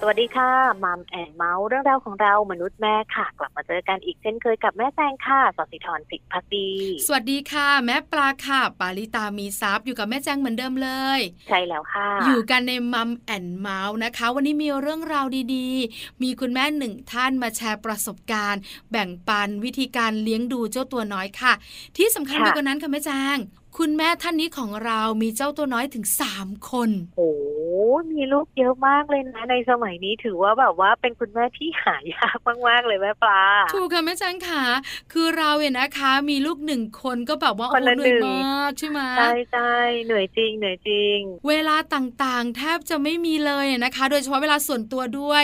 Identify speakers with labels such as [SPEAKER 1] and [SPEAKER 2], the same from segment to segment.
[SPEAKER 1] สวัสดีค่ะมัมแอนเมาส์เรื่องราวของเรามนุษย์แม่ค่ะ กลับมาเจอกันอีกเช่นเคยกับแม่แจงค่ะสศิธรสิทธิพักดี
[SPEAKER 2] สวัสดีค่ะ แม่ปลาค่ะ ปาลิตามีซับอยู่กับแม่แจ้งเหมือนเดิมเลย
[SPEAKER 1] ใช่แล้วค่ะ
[SPEAKER 2] อยู่กันในมัมแอนเมาส์นะคะ วันนี้มีเรื่องราวดีๆ มีคุณแม่หนึ่งท่านมาแชร์ประสบการณ์ แบ่งปันวิธีการเลี้ยงดูเจ้าตัวน้อยค่ะ ที่สำคัญไปกว่านั้นค่ะแม่แจ้งคุณแม่ท่านนี้ของเรามีเจ้าตัวน้อยถึง 3 คน
[SPEAKER 1] โอ้โหมีลูกเยอะมากเลยนะ ในสมัยนี้ถือว่าแบบว่าเป็นคุณแม่ที่หายากมากๆเลยแม่ปลา
[SPEAKER 2] ถูกค่ะแม่แจ้งค่ะ คือเราเนี่ยนะคะ มีลูกหนึ่งคนก็แบบว่า
[SPEAKER 1] ค
[SPEAKER 2] โอ้
[SPEAKER 1] น
[SPEAKER 2] โห
[SPEAKER 1] ละ
[SPEAKER 2] เหนื่อย
[SPEAKER 1] หนึ่ง
[SPEAKER 2] มากใช่ไหม
[SPEAKER 1] ใช่ใช่เหนื่อยจริงเหนื่อยจริง
[SPEAKER 2] เวลาต่างๆ แทบจะไม่มีเลยนะคะ โดยเฉพาะเวลาส่วนตัวด้วย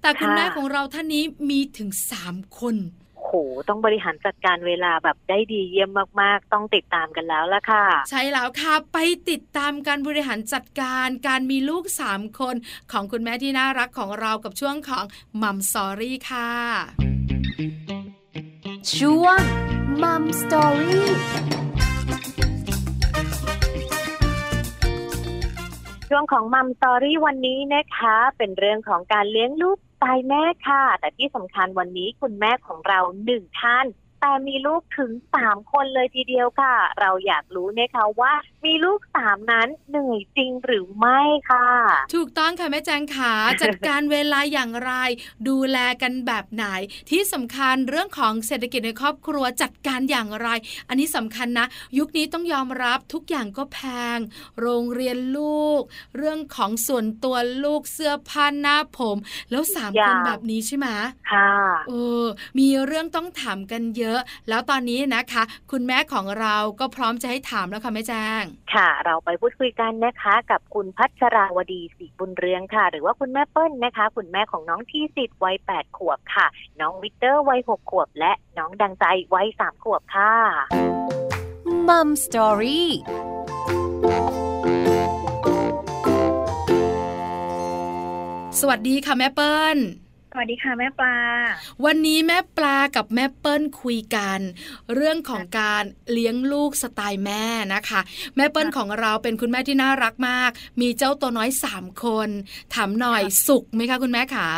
[SPEAKER 2] แต่คุณ
[SPEAKER 1] ค่ะ
[SPEAKER 2] แม่ของเราท่านนี้มีถึง 3 คน
[SPEAKER 1] โอ้โหต้องบริหารจัดการเวลาแบบได้ดีเยี่ยมมากๆ ต้องติดตามกันแล้วละค่ะ
[SPEAKER 2] ใช่แล้วค่ะไปติดตามการบริหารจัดการการมีลูก 3 คนของคุณแม่ที่น่ารักของเรากับช่วงของมัมสอรี่ค่ะ
[SPEAKER 3] ช่วงมัมสตอรี่
[SPEAKER 1] ช่วงของมัมสตอรี่วันนี้นะคะ เป็นเรื่องของการเลี้ยงลูกตายแม่ค่ะ แต่ที่สำคัญวันนี้คุณแม่ของเราหนึ่งท่าน แต่มีลูกถึงสามคนเลยทีเดียวค่ะ เราอยากรู้นะคะว่า มีลูกสามนั้นเหนื่อยจริงหรือไม่ค่ะ
[SPEAKER 2] ถูกต้องค่ะแม่แจงขา จัดการเวลาอย่างไร ดูแลกันแบบไหน ที่สำคัญเรื่องของเศรษฐกิจในครอบครัวจัดการอย่างไร อันนี้สำคัญนะ ยุคนี้ต้องยอมรับทุกอย่างก็แพง โรงเรียนลูก เรื่องของส่วนตัวลูกเสื้อผ้าหน้าผม แล้วสาม
[SPEAKER 1] อ
[SPEAKER 2] ค
[SPEAKER 1] ย่าง
[SPEAKER 2] นแบบนี้ใช่ไหม
[SPEAKER 1] ค่ะ
[SPEAKER 2] เออมีเรื่องต้องถามกันเยอะ แล้วตอนนี้นะคะ คุณแม่ของเราก็พร้อมจะให้ถามแล้วค่ะแม่แจง
[SPEAKER 1] ค่ะ เราไปพูดคุยกันนะคะ กับคุณพัชราวดีศรีบุญเรืองค่ะ หรือว่าคุณแม่เปิ้ลนะคะ คุณแม่ของน้องทีสิทธิ์วัยแปดขวบค่ะ น้องวิกเตอร์วัยหกขวบ และน้องดังใจวัยสามขวบค่ะ
[SPEAKER 3] มัมสตอรี่
[SPEAKER 2] สวัสดีค่ะแม่เปิ้ล
[SPEAKER 1] สวัสดีค่ะแม่ปลา
[SPEAKER 2] วันนี้แม่ปลากับแม่เปิ้ลคุยกัน เรื่องของการเลี้ยงลูกสไตล์แม่นะคะ แม่เปิ้ลของเราเป็นคุณแม่ที่น่ารักมาก มีเจ้าตัวน้อยสามคน ถามหน่อยสุขไหมคะคุณแม่ขา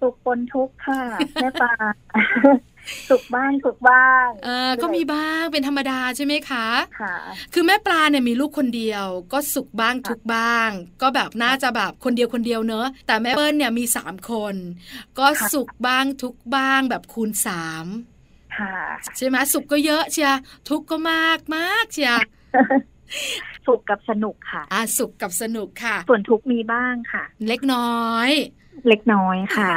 [SPEAKER 4] สุขปนทุกข์ค่ะ แม่ปลา สุขบ้างสุขบ้าง
[SPEAKER 2] เออก็มีบ้างเป็นธรรมดาใช่ไหมคะ
[SPEAKER 4] ค่ะ
[SPEAKER 2] คือแม่ปลาเนี่ยมีลูกคนเดียว ก็สุขบ้างทุกข์บ้าง ก็แบบน่าจะแบบคนเดียวคนเดียวเนอะแต่แม่เปิ้ลเนี่ยมีสามคน ก็
[SPEAKER 4] ค่ะ
[SPEAKER 2] สุขบ้างทุกข์บ้างแบบคูณสาม
[SPEAKER 4] ค่ะ
[SPEAKER 2] ใช่ไหมสุขก็เยอะเชียร์ทุกข์ก็มากมากเชียร์
[SPEAKER 4] สุขกับสนุกค่ะ
[SPEAKER 2] อาสุขกับสนุกค่ะ
[SPEAKER 4] ส่วนทุกข์มีบ้างค่ะ
[SPEAKER 2] เล็กน้อย
[SPEAKER 4] เล็กน้อยค่ะ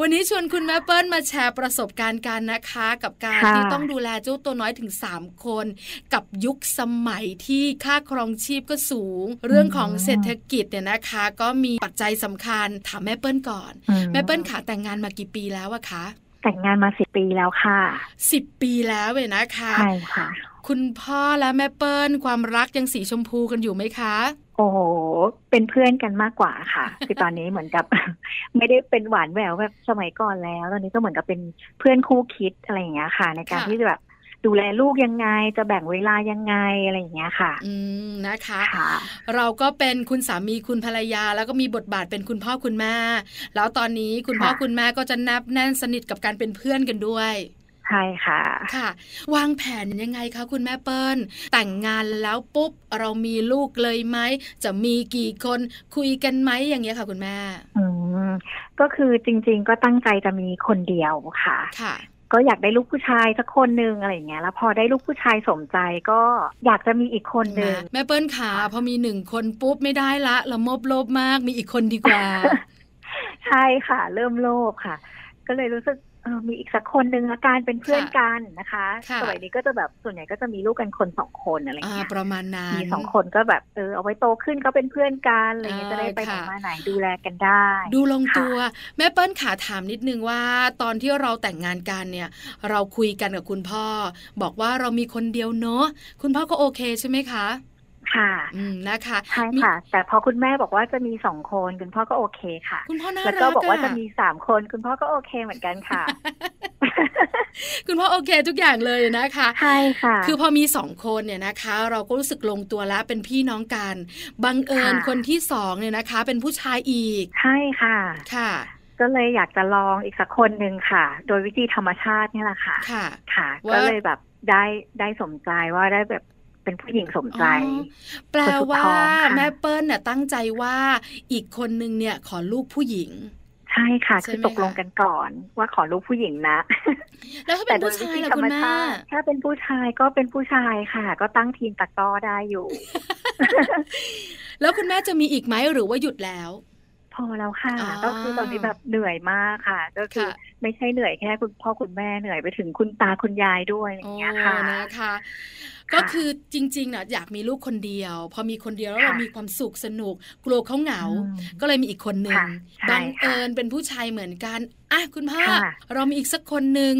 [SPEAKER 2] วันนี้ชวนคุณแม่เปิ้ลมาแชร์ประสบการณ์กันนะคะ กับการ
[SPEAKER 4] ค่ะ
[SPEAKER 2] ที่ต้องดูแลเจ้าตัวน้อยถึง 3 คน กับยุคสมัยที่ค่าครองชีพก็สูง เรื่องของเศรษฐกิจเนี่ยนะคะ ก็มีปัจจัยสำคัญถามแม่เปิ้ลก่อน
[SPEAKER 4] อื
[SPEAKER 2] แม่เปิ้ลขาแต่งงานมากี่ปีแล้วอะคะ
[SPEAKER 4] แต่งงานมาสิบปีแล้วค่ะ
[SPEAKER 2] 10 ปีแล้วเลยนะคะ
[SPEAKER 4] ใช่ค่ะ
[SPEAKER 2] คุณพ่อและแม่เปิ้ลความรักยังสีชมพูกันอยู่ไหมคะ
[SPEAKER 4] โอ้โหเป็นเพื่อนกันมากกว่าค่ะ คือตอนนี้เหมือนกับ ไม่ได้เป็นหวานแหววแบบสมัยก่อนแล้ว ตอนนี้ก็เหมือนกับเป็นเพื่อนคู่คิดอะไรอย่างเงี้ยค่ะ ในการ
[SPEAKER 2] ค่ะ
[SPEAKER 4] ที่จะแบบดูแลลูกยังไง จะแบ่งเวลายังไงอะไรอย่างเงี้ยค่ะ
[SPEAKER 2] อืมนะคะ
[SPEAKER 4] ค่ะ
[SPEAKER 2] เราก็เป็นคุณสามีคุณภรรยา แล้วก็มีบทบาทเป็นคุณพ่อคุณแม่ แล้วตอนนี้คุณพ่อ
[SPEAKER 4] ค่ะ
[SPEAKER 2] คุณแม่ก็จะนับแน่นสนิทกับการเป็นเพื่อนกันด้วย
[SPEAKER 4] ใช่ค่ะ
[SPEAKER 2] ค่ะ วางแผนยังไงคะคุณแม่เปิ้ล แต่งงานแล้วปุ๊บ เรามีลูกเลยไหมจะมีกี่คนคุยกันไหมอย่างเงี้ยค่ะคุณแม่
[SPEAKER 4] อืมก็คือจริง ๆ ก็ตั้งใจจะมีคนเดียวค่ะ
[SPEAKER 2] ค่ะ
[SPEAKER 4] ก็อยากได้ลูกผู้ชายสักคนหนึ่งอะไรอย่างเงี้ยแล้วพอได้ลูกผู้ชายสมใจก็อยากจะมีอีกคนหนึ่ง
[SPEAKER 2] แม่เปิ้ลขาพอมีหนึ่งคนปุ๊บไม่ได้ละละมบโลภมากมีอีกคนดี กว่า
[SPEAKER 4] ใช่ค่ะ เริ่มโลภค่ะ ก็เลยรู้สึกเออมีอีกสักคนหนึ่งละกันเป็นเพื่อน
[SPEAKER 2] ค่ะ
[SPEAKER 4] กันนะคะ
[SPEAKER 2] ค่ะ
[SPEAKER 4] สมัยนี้ก็จะแบบส่วนใหญ่ก็จะมีลูกกันคนสองคนอะไรอย่าง
[SPEAKER 2] อ่า
[SPEAKER 4] เงี้ย
[SPEAKER 2] ประมาณนั้น
[SPEAKER 4] มีสองคนก็แบบเออเอาไว้โตขึ้นก็เป็นเพื่อนกันอะไรเงี้ย
[SPEAKER 2] อ่า
[SPEAKER 4] จะได้ไปไหน
[SPEAKER 2] ค่ะ
[SPEAKER 4] มาไหนดูแลกันได้
[SPEAKER 2] ดูลงตัวแม่เปิ้ลขาถามนิดนึงว่า ตอนที่เราแต่งงานกันเนี่ย เราคุยกันกับคุณพ่อ บอกว่าเรามีคนเดียวเนอะคุณพ่อก็โอเคใช่ไหมคะ
[SPEAKER 4] ค่ะ
[SPEAKER 2] อืมนะคะ
[SPEAKER 4] ใช่ค่ะ แต่พอคุณแม่บอกว่าจะมีสองคนคุณพ่อก็โอเคค่ะ
[SPEAKER 2] คุณพ่อน่า
[SPEAKER 4] แล้ว
[SPEAKER 2] รั
[SPEAKER 4] ก็
[SPEAKER 2] ก
[SPEAKER 4] บอกว่าจะ
[SPEAKER 2] อะ
[SPEAKER 4] มีสามคน คุณพ่อก็โอเคเหมือนกันค่ะ
[SPEAKER 2] คุณพ่อโอเคทุกอย่างเลยนะคะ
[SPEAKER 4] ใช่ค่ะ
[SPEAKER 2] คือพอมีสองคนเนี่ยนะคะ เราก็รู้สึกลงตัวแล้วเป็นพี่น้องกันบังเอิญ
[SPEAKER 4] ค่ะ
[SPEAKER 2] คนที่สองเนี่ยนะคะ เป็นผู้ชายอีก
[SPEAKER 4] ใช่ค่ะ
[SPEAKER 2] ค่ะ
[SPEAKER 4] ก็เลยอยากจะลองอีกสักคนหนึ่งค่ะ โดยวิธีธรรมชาตินี่แหละค่ะ
[SPEAKER 2] ค่ะ
[SPEAKER 4] ค่ะ
[SPEAKER 2] ว่า
[SPEAKER 4] ก็เลยแบบได้ได้สมใจว่าได้แบบเป็นผู้หญิงสมใจ
[SPEAKER 2] อ๋อ แปล
[SPEAKER 4] คนสุด
[SPEAKER 2] ว่า
[SPEAKER 4] ท้องค่ะ
[SPEAKER 2] แม่เปิ้ลเนี่ยตั้งใจว่าอีกคนนึงเนี่ยขอลูกผู้หญิง
[SPEAKER 4] ใช่ค่ะ
[SPEAKER 2] ใช่ไห
[SPEAKER 4] คื
[SPEAKER 2] ม
[SPEAKER 4] อตกลง
[SPEAKER 2] คะ
[SPEAKER 4] กันก่อนว่าขอลูกผู้หญิงนะ
[SPEAKER 2] แล้วถ้าเป็
[SPEAKER 4] แต่
[SPEAKER 2] น
[SPEAKER 4] โด
[SPEAKER 2] ผู้
[SPEAKER 4] ยวิ
[SPEAKER 2] ชาย
[SPEAKER 4] ธี
[SPEAKER 2] ล่ะ
[SPEAKER 4] ธร
[SPEAKER 2] คุ
[SPEAKER 4] รม
[SPEAKER 2] ณแม่
[SPEAKER 4] ชาติ ถ้าเป็นผู้ชายก็เป็นผู้ชายค่ะ ก็ตั้งทีมตะกร้อได้อยู่
[SPEAKER 2] แล้วคุณแม่จะมีอีกไหมหรือว่าหยุดแล้ว
[SPEAKER 4] พอแล้วค่ะ
[SPEAKER 2] อ๋อ
[SPEAKER 4] ก็คือตอนนี้แบบเหนื่อยมากค่ะ ก็คือ
[SPEAKER 2] ค่ะ
[SPEAKER 4] ไม่ใช่เหนื่อยแค่คุณพ่อคุณแม่เหนื่อยไปถึงคุณตาคุณยายด้วยอะไรอ
[SPEAKER 2] โอ้
[SPEAKER 4] ย่างเงี้ยค่ะ
[SPEAKER 2] นะคะ ก็คือจริงๆเนี่ยอยากมีลูกคนเดียว พอมีคนเดียวแล้ว
[SPEAKER 4] ค่ะ
[SPEAKER 2] เรามีความสุขสนุก กลัวเขาเหงา
[SPEAKER 4] อืม
[SPEAKER 2] ก็เลยมีอีกคนหนึ่ง
[SPEAKER 4] ค่ะใช่
[SPEAKER 2] บังเอิญเป็นผู้ชายเหมือนกันอ่ะคุณพ่อ
[SPEAKER 4] ค่ะ
[SPEAKER 2] เรามีอีกสักคนหนึ่ง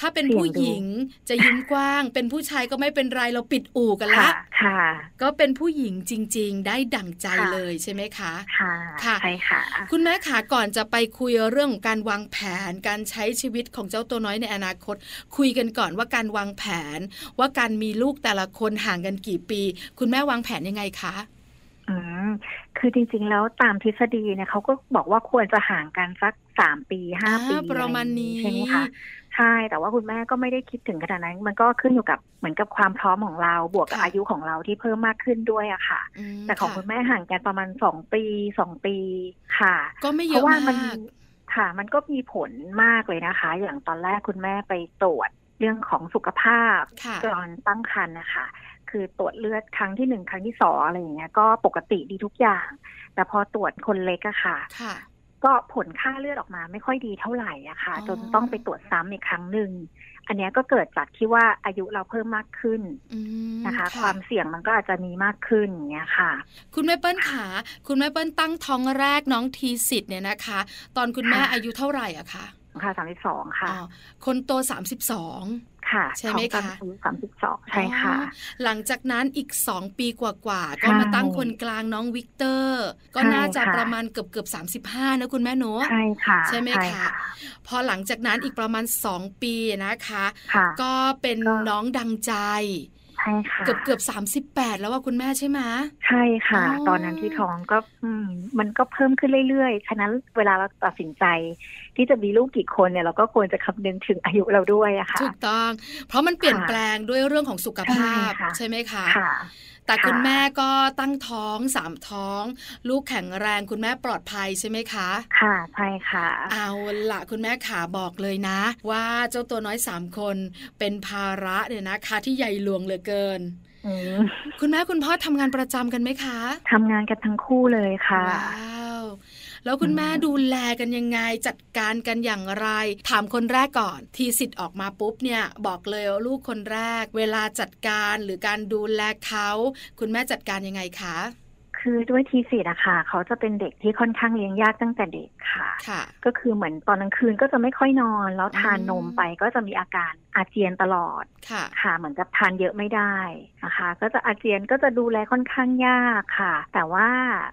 [SPEAKER 2] ถ้าเป็น
[SPEAKER 4] เสี่ยงดู
[SPEAKER 2] ผู้หญิงจะยิ้มกว้าง เป็นผู้ชายก็ไม่เป็นไรเราปิดอู่กันละ
[SPEAKER 4] ค่ะค่ะ
[SPEAKER 2] ก็เป็นผู้หญิงจริง ๆ ได้ดั่งใจ
[SPEAKER 4] ค่ะ
[SPEAKER 2] เลยใช่ไหมคะ
[SPEAKER 4] ค่ะ
[SPEAKER 2] ค่ะ
[SPEAKER 4] ใช่ค่ะ
[SPEAKER 2] คุณแม่ขาก่อนจะไปคุยเรื่องของการวางแผน การใช้ชีวิตของเจ้าตัวน้อยในอนาคต คุยกันก่อนว่าการวางแผน ว่าการมีลูกแต่ละคนห่างกันกี่ปี คุณแม่วางแผนยังไงคะ
[SPEAKER 4] อืมคือจริงๆแล้วตามทฤษฎีเนี่ยเขาก็บอกว่าควรจะห่างกันสักสามปีห้า
[SPEAKER 2] อ่า
[SPEAKER 4] ปี
[SPEAKER 2] ประมาณนี้
[SPEAKER 4] ใช่ไหมคะใช่ แต่ว่าคุณแม่ก็ไม่ได้คิดถึงขนาดนั้น มันก็ขึ้นอยู่กับเหมือนกับความพร้อมของเราบวกกับอายุของเราที่เพิ่มมากขึ้นด้วยอะค่ะ
[SPEAKER 2] ม
[SPEAKER 4] แต่ของ
[SPEAKER 2] ะ
[SPEAKER 4] คุณแม่ห่างกันประมาณสองปีสองปีค่ะ
[SPEAKER 2] ก็ไม่
[SPEAKER 4] เพ
[SPEAKER 2] เยอะ
[SPEAKER 4] ราะว่ามั
[SPEAKER 2] มาน ก
[SPEAKER 4] ค่ะ มันก็มีผลมากเลยนะคะ อย่างตอนแรกคุณแม่ไปตรวจเรื่องของสุขภาพ
[SPEAKER 2] ค่ะ
[SPEAKER 4] ตอนตั้งครรภ์นะคะ คือตรวจเลือดครั้งที่หนึ่งครั้งที่สองอะไรอย่างเงี้ย ก็ปกติดีทุกอย่าง แต่พอตรวจคนเล็กอะค่ะ
[SPEAKER 2] ค่ะ
[SPEAKER 4] ก็ผลค่าเลือดออกมาไม่ค่อยดีเท่าไหร่อะค่ะ
[SPEAKER 2] อ๋อ
[SPEAKER 4] จนต้องไปตรวจซ้ำอีกครั้งหนึ่ง อันเนี้ยก็เกิดจากที่ว่าอายุเราเพิ่มมากขึ้น
[SPEAKER 2] อืม
[SPEAKER 4] นะคะ ความเสี่ยงมันก็อาจจะมีมากขึ้นอย่างเงี้ยค่ะ
[SPEAKER 2] คุณแม่เปิ้ลขาคุณแม่เปิ้ลตั้งท้องแรกน้องทีสิทธิ์เนี่ยนะคะ ตอนคุณแม่
[SPEAKER 4] ค่ะ
[SPEAKER 2] อายุเท่าไหร่อะคะ
[SPEAKER 4] ค่ะสามสิบสองค่ะ
[SPEAKER 2] อ๋อคนโตสามสิบสอง
[SPEAKER 4] ค่ะ
[SPEAKER 2] ใช่ไห
[SPEAKER 4] ข
[SPEAKER 2] ม
[SPEAKER 4] อง
[SPEAKER 2] คะ
[SPEAKER 4] ตอนอายุสามสิบสองใช่ค่ะ
[SPEAKER 2] อ๋อหลังจากนั้นอีก 2 ปีกว่าๆ ก็
[SPEAKER 4] ใช่
[SPEAKER 2] มาตั้งคนกลางน้องวิกเตอร์ ก็
[SPEAKER 4] ใช่
[SPEAKER 2] น่าจะ
[SPEAKER 4] ค่ะ
[SPEAKER 2] ประมาณเกือบเกือบๆ35 นะคุณแม่เนอะ
[SPEAKER 4] ใช่ค่ะ
[SPEAKER 2] ใช่ไหมคะ พอหลังจากนั้นอีกประมาณ 2 ปีนะคะ
[SPEAKER 4] ค่ะ
[SPEAKER 2] ก็เป็น
[SPEAKER 4] ก็
[SPEAKER 2] น้องดังใจ
[SPEAKER 4] ใช่ค่ะ
[SPEAKER 2] เกือบเกือบๆ38 แล้วว่าคุณแม่ใช่ไหม
[SPEAKER 4] ใช่ค่ะ
[SPEAKER 2] อ๋อ
[SPEAKER 4] ตอนนั้นที่ท้องก็อืมมันก็เพิ่มขึ้นเรื่อยๆ ฉะนั้นเวลาเราตัดสินใจ ที่จะมีลูกกี่คนเนี่ยเราก็ควรจะคำนึงถึงอายุเราด้วยอะค่ะ
[SPEAKER 2] ถูกต้อง เพราะมันเปลี่ยน
[SPEAKER 4] ค่ะ
[SPEAKER 2] แปลงด้วยเรื่องของสุขภาพ
[SPEAKER 4] ใช่ค่ะ
[SPEAKER 2] ใช่ไหมคะ
[SPEAKER 4] ค่ะ
[SPEAKER 2] แต่
[SPEAKER 4] ค่ะ
[SPEAKER 2] คุณแม่ก็ตั้งท้องสามท้อง ลูกแข็งแรงคุณแม่ปลอดภัยใช่ไหมคะ
[SPEAKER 4] ค่ะใช่ค่ะ
[SPEAKER 2] เอาละคุณแม่ขาบอกเลยนะ ว่าเจ้าตัวน้อยสามคนเป็นภาระเนี่ยนะคะที่ใหญ่หลวงเหลือเกิน
[SPEAKER 4] อืม
[SPEAKER 2] คุณแม่คุณพ่อทำงานประจำกันไหมคะ
[SPEAKER 4] ทำงานกันทั้งคู่เลยค่ะ
[SPEAKER 2] ว้าวแล้วคุณแม่
[SPEAKER 4] อืม
[SPEAKER 2] ดูแลกันยังไงจัดการกันอย่างไร ถามคนแรกก่อน ทีสิทธิ์ออกมาปุ๊บเนี่ยบอกเลยว่าลูกคนแรก เวลาจัดการหรือการดูแลเขาคุณแม่จัดการยังไงคะ
[SPEAKER 4] คือด้วยทีสีนะคะเขาจะเป็นเด็กที่ค่อนข้างเลี้ยงยากตั้งแต่เด็กค่ะ
[SPEAKER 2] ค่ะ
[SPEAKER 4] ก็คือเหมือนตอนกลางคืนก็จะไม่ค่อยนอน แล้วทาน
[SPEAKER 2] อื
[SPEAKER 4] น
[SPEAKER 2] ม
[SPEAKER 4] มไปก็จะมีอาการอาเจียนตลอด
[SPEAKER 2] ค่ะ
[SPEAKER 4] ค่ะเหมือนกับทานเยอะไม่ได้นะคะ ก็จะอาเจียนก็จะดูแลค่อนข้างยากค่ะ แต่ว่า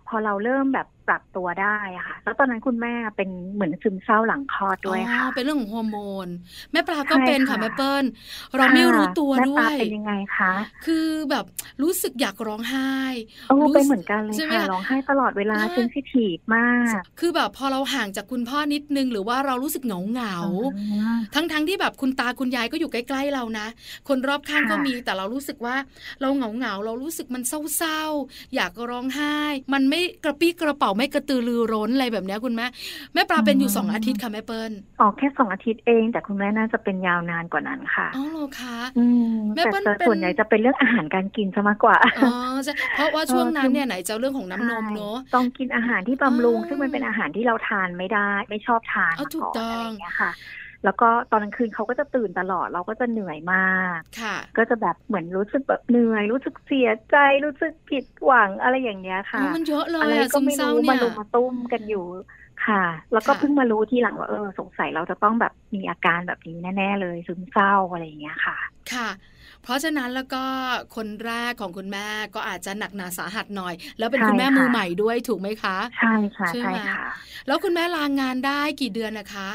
[SPEAKER 4] พอเราเริ่มแบบปรับตัวได้อะค่ะ แล้วตอนนั้นคุณแม่เป็นเหมือนซึมเศร้าหลังคลอดด้วยค่ะ
[SPEAKER 2] อ๋อเป็นเรื่องของฮอร์โมน แม่ปลาก็เป็นค่ะ
[SPEAKER 4] ใช่ค่ะ
[SPEAKER 2] แม่เปิ้ลเราไม่รู้ตัว
[SPEAKER 4] ค่ะ
[SPEAKER 2] ด้
[SPEAKER 4] ห
[SPEAKER 2] ว
[SPEAKER 4] น้าย ตาเป็นยังไงคะ
[SPEAKER 2] คือแบบรู้สึกอยากร้องไห้
[SPEAKER 4] โอ้
[SPEAKER 2] รู้สึก
[SPEAKER 4] เป็นเหมือนกันเลย
[SPEAKER 2] ใช่ไหม
[SPEAKER 4] ค่ะ
[SPEAKER 2] คะ
[SPEAKER 4] ร้องไห้ตลอดเวลา
[SPEAKER 2] ใช่
[SPEAKER 4] เซนซิทีฟมาก
[SPEAKER 2] คือแบบพอเราห่างจากคุณพ่อนิดนึง หรือว่าเรารู้สึกเหงาเหงา
[SPEAKER 4] อืม
[SPEAKER 2] ทั้งทั้งๆที่แบบคุณตาคุณยายก็อยู่ใกล้ๆเรานะ คนรอบข้างก็
[SPEAKER 4] ค่ะ
[SPEAKER 2] มีแต่เรารู้สึกว่าเราเหงาเหงาๆเรารู้สึกมันเศร้าๆอยากร้องไห้ มันไม่กระปี้กระเป๋าไม่กระตือรือร้นอะไรแบบเนี้ยคุณแม่แม่ปลาเป็นอยู่สองอาทิตย์ค่ะแม่เปิ้ล
[SPEAKER 4] ออกแค่สองอาทิตย์เอง แต่คุณแม่น่าจะเป็นยาวนานกว่านั้นค่ะ
[SPEAKER 2] อ๋อเหรอคะ
[SPEAKER 4] อืม
[SPEAKER 2] แม่
[SPEAKER 4] แต่
[SPEAKER 2] เปิ้ล
[SPEAKER 4] แต่
[SPEAKER 2] เป็น
[SPEAKER 4] ส่วนใหญ่จะเป็นเรื่องอาหารการกินซะมากกว่า
[SPEAKER 2] อ๋อใช่เพราะว่าช่วงนั้น
[SPEAKER 4] เออคือ
[SPEAKER 2] เนี่ยไหนจะเรื่องของน้ำนมเนอะ
[SPEAKER 4] ใช่ต้องกินอาหารที่บำรุง
[SPEAKER 2] อ่า
[SPEAKER 4] ซึ่งมันเป็นอาหารที่เราทานไม่ได้ ไม่ชอบทาน
[SPEAKER 2] เอา
[SPEAKER 4] มา
[SPEAKER 2] ถูก
[SPEAKER 4] ก่อน
[SPEAKER 2] ต้อ
[SPEAKER 4] อะไรอ
[SPEAKER 2] ง
[SPEAKER 4] ย่างเงี้ยค่ะ แล้วก็ตอนกลางคืนเขาก็จะตื่นตลอดเราก็จะเหนื่อยมาก
[SPEAKER 2] ค่ะ
[SPEAKER 4] ก็จะแบบเหมือนรู้สึกแบบเหนื่อย รู้สึกเสียใจรู้สึกผิดหวังอะไรอย่างเงี้ยค่ะ
[SPEAKER 2] โอ้มันเยอะเล
[SPEAKER 4] อะ
[SPEAKER 2] ย
[SPEAKER 4] ไร
[SPEAKER 2] อะ
[SPEAKER 4] ก็
[SPEAKER 2] ซึม
[SPEAKER 4] ไม่
[SPEAKER 2] เศร้า
[SPEAKER 4] รู้
[SPEAKER 2] เนี่
[SPEAKER 4] มาย ลุมมาตุ้มกันอยู่ค่ะ แล้วก็
[SPEAKER 2] ค่ะ
[SPEAKER 4] เพิ่งมารู้ทีหลังว่าเออสงสัยเราจะต้องแบบมีอาการแบบนี้แน่ ๆ เลยซึมเศร้าอะไรอย่างเงี้ยค่ะ
[SPEAKER 2] ค่ะ เพ เพราะฉะนั้นแล้วก็คนแรกของคุณแม่ก็อาจจะหนักหนาสาหัสหน่อย แล้วเป็น
[SPEAKER 4] ใช่
[SPEAKER 2] คุณแม่มือ
[SPEAKER 4] ค่ะ
[SPEAKER 2] ใหม่ด้วยถูกไหมคะ
[SPEAKER 4] ใช่ค่ะ
[SPEAKER 2] ใช่ไหม
[SPEAKER 4] ใช่ค่ะ
[SPEAKER 2] แล้วคุณแม่ลางงานได้กี่เดือนนะคะ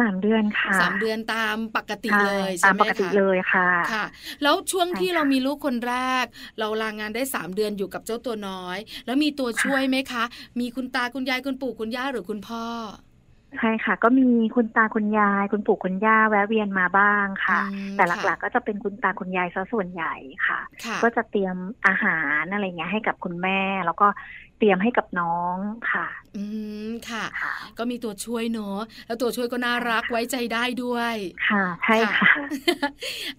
[SPEAKER 4] สามเดือนค่ะ
[SPEAKER 2] สามเดือนตามปกติ
[SPEAKER 4] ใช่
[SPEAKER 2] เลย
[SPEAKER 4] ตา
[SPEAKER 2] ใช่
[SPEAKER 4] ม
[SPEAKER 2] ไหม
[SPEAKER 4] ปกติ
[SPEAKER 2] คะ
[SPEAKER 4] เลยค่ะ
[SPEAKER 2] ค่ะ แล้วช่วง
[SPEAKER 4] ใช่
[SPEAKER 2] ที่
[SPEAKER 4] ค่ะ
[SPEAKER 2] เรามีลูกคนแรก เราลางงานได้สามเดือนอยู่กับเจ้าตัวน้อย แล้วมีตัวช่วยไหมคะ มีคุณตาคุณยายคุณปู่คุณย่าหรือคุณพ่อ
[SPEAKER 4] ใช่ค่ะ ก็มีคุณตาคุณยาย คุณปู่คุณย่าแวะเวียนมาบ้างค่ะ
[SPEAKER 2] อืม
[SPEAKER 4] แต่หลักๆก็จะเป็นคุณตาคุณยายซะส่วนใหญ่ค่ะ
[SPEAKER 2] ค่ะ
[SPEAKER 4] ก็จะเตรียมอาหารอะไรเงี้ยให้กับคุณแม่ แล้วก็เตรียมให้กับน้องค่ะ
[SPEAKER 2] อืมค่ะ
[SPEAKER 4] ค่ะ
[SPEAKER 2] ก็มีตัวช่วยเนอะแล้วตัวช่วยก็น่ารัก
[SPEAKER 4] ใช่ค่ะ
[SPEAKER 2] ไว้ใจได้ด้วย
[SPEAKER 4] ค่ะใช่ค่ะ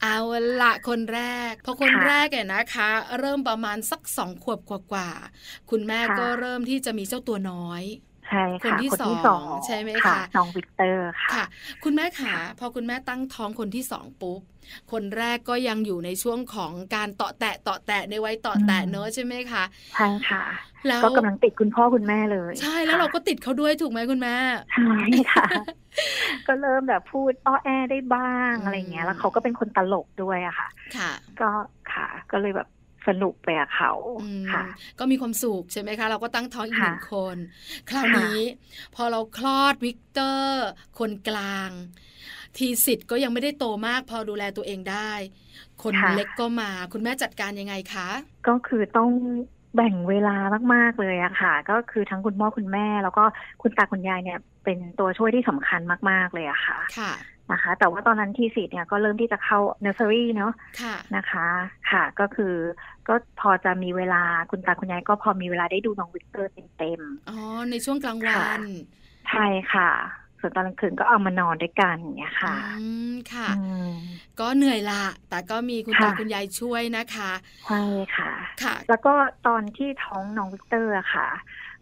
[SPEAKER 2] เอาละคนแรกพอคน
[SPEAKER 4] ค่ะ
[SPEAKER 2] แรกเนี่ยนะคะ เริ่มประมาณสักสองขวบกว่าๆคุณแม่
[SPEAKER 4] ค่ะ
[SPEAKER 2] ก็เริ่มที่จะมีเจ้าตัวน้อย
[SPEAKER 4] ใช่ค่ะ
[SPEAKER 2] คนที่สองใช่ไหมคะ
[SPEAKER 4] น้องวิกเตอร์ค่ะ
[SPEAKER 2] ค่ะ คุณแม่ขาพอคุณแม่ตั้งท้องคนที่สองปุ๊บ คนแรกก็ยังอยู่ในช่วงของการเตาะแตะเตาะแตะในวัยเตาะแตะ
[SPEAKER 4] อืม
[SPEAKER 2] เนอะใช่ไหมคะ
[SPEAKER 4] ใช่ค่ะ
[SPEAKER 2] แล้ว
[SPEAKER 4] ก็กำลังติดคุณพ่อคุณแม่เลย
[SPEAKER 2] ใช่แล้วเราก็ติดเขาด้วยถูกไหมคุณแม่
[SPEAKER 4] ใช่ ค่ะ ก็เริ่มแบบพูดอ้อแอได้บ้าง
[SPEAKER 2] อืม
[SPEAKER 4] อะไรเงี้ย แล้วเขาก็เป็นคนตลกด้วยอะค่ะ
[SPEAKER 2] ค่ะ
[SPEAKER 4] ก็ค่ะ ก็เลยแบบสนุกไปอะเขา
[SPEAKER 2] อืม
[SPEAKER 4] ค่ะ
[SPEAKER 2] ก็มีความสุขใช่ไหมคะ เราก็ตั้งท้องอีกหนึ่ง
[SPEAKER 4] ค่ะ
[SPEAKER 2] คน คราว
[SPEAKER 4] ค่ะ
[SPEAKER 2] นี้ พอเราคลอดวิกเตอร์ คนกลาง ทีสิทธ์ก็ยังไม่ได้โตมาก พอดูแลตัวเองได้ คนเล็กก็มา คุณแม่จัดการยังไงคะ
[SPEAKER 4] ก็คือต้องแบ่งเวลามาก ๆ เลยอะค่ะ ก็คือทั้งคุณพ่อคุณแม่ แล้วก็คุณตาคุณยายเนี่ย เป็นตัวช่วยที่สำคัญมาก ๆ เลยอะค่ะ
[SPEAKER 2] ค่ะ
[SPEAKER 4] นะคะ แต่ว่าตอนนั้นทีสิทธิ์เนี่ยก็เริ่มที่จะเข้าเนอร์เซอรี่เนาะ
[SPEAKER 2] ค่ะ
[SPEAKER 4] นะคะ ค่ะ ก็คือก็พอจะมีเวลาคุณตาคุณยายก็พอมีเวลาได้ดูน้องวิกเตอร์เต็ม
[SPEAKER 2] อ๋อ ในช่วงกลางวั
[SPEAKER 4] ค่ะ
[SPEAKER 2] น
[SPEAKER 4] ๆใช่ค่ะ ส่วนตอนกลางคืนก็เอามานอนด้วยกันเนี่ยค่ะ
[SPEAKER 2] อืมค่ะ
[SPEAKER 4] อืม
[SPEAKER 2] ก็เหนื่อยละ แต่ก็มีคุณตา
[SPEAKER 4] ค่ะ
[SPEAKER 2] คุณยายช่วยนะคะ
[SPEAKER 4] ใช่ค่ะ
[SPEAKER 2] ค่ะ
[SPEAKER 4] แล้วก็ตอนที่ท้องน้องวิกเตอร์อะค่ะ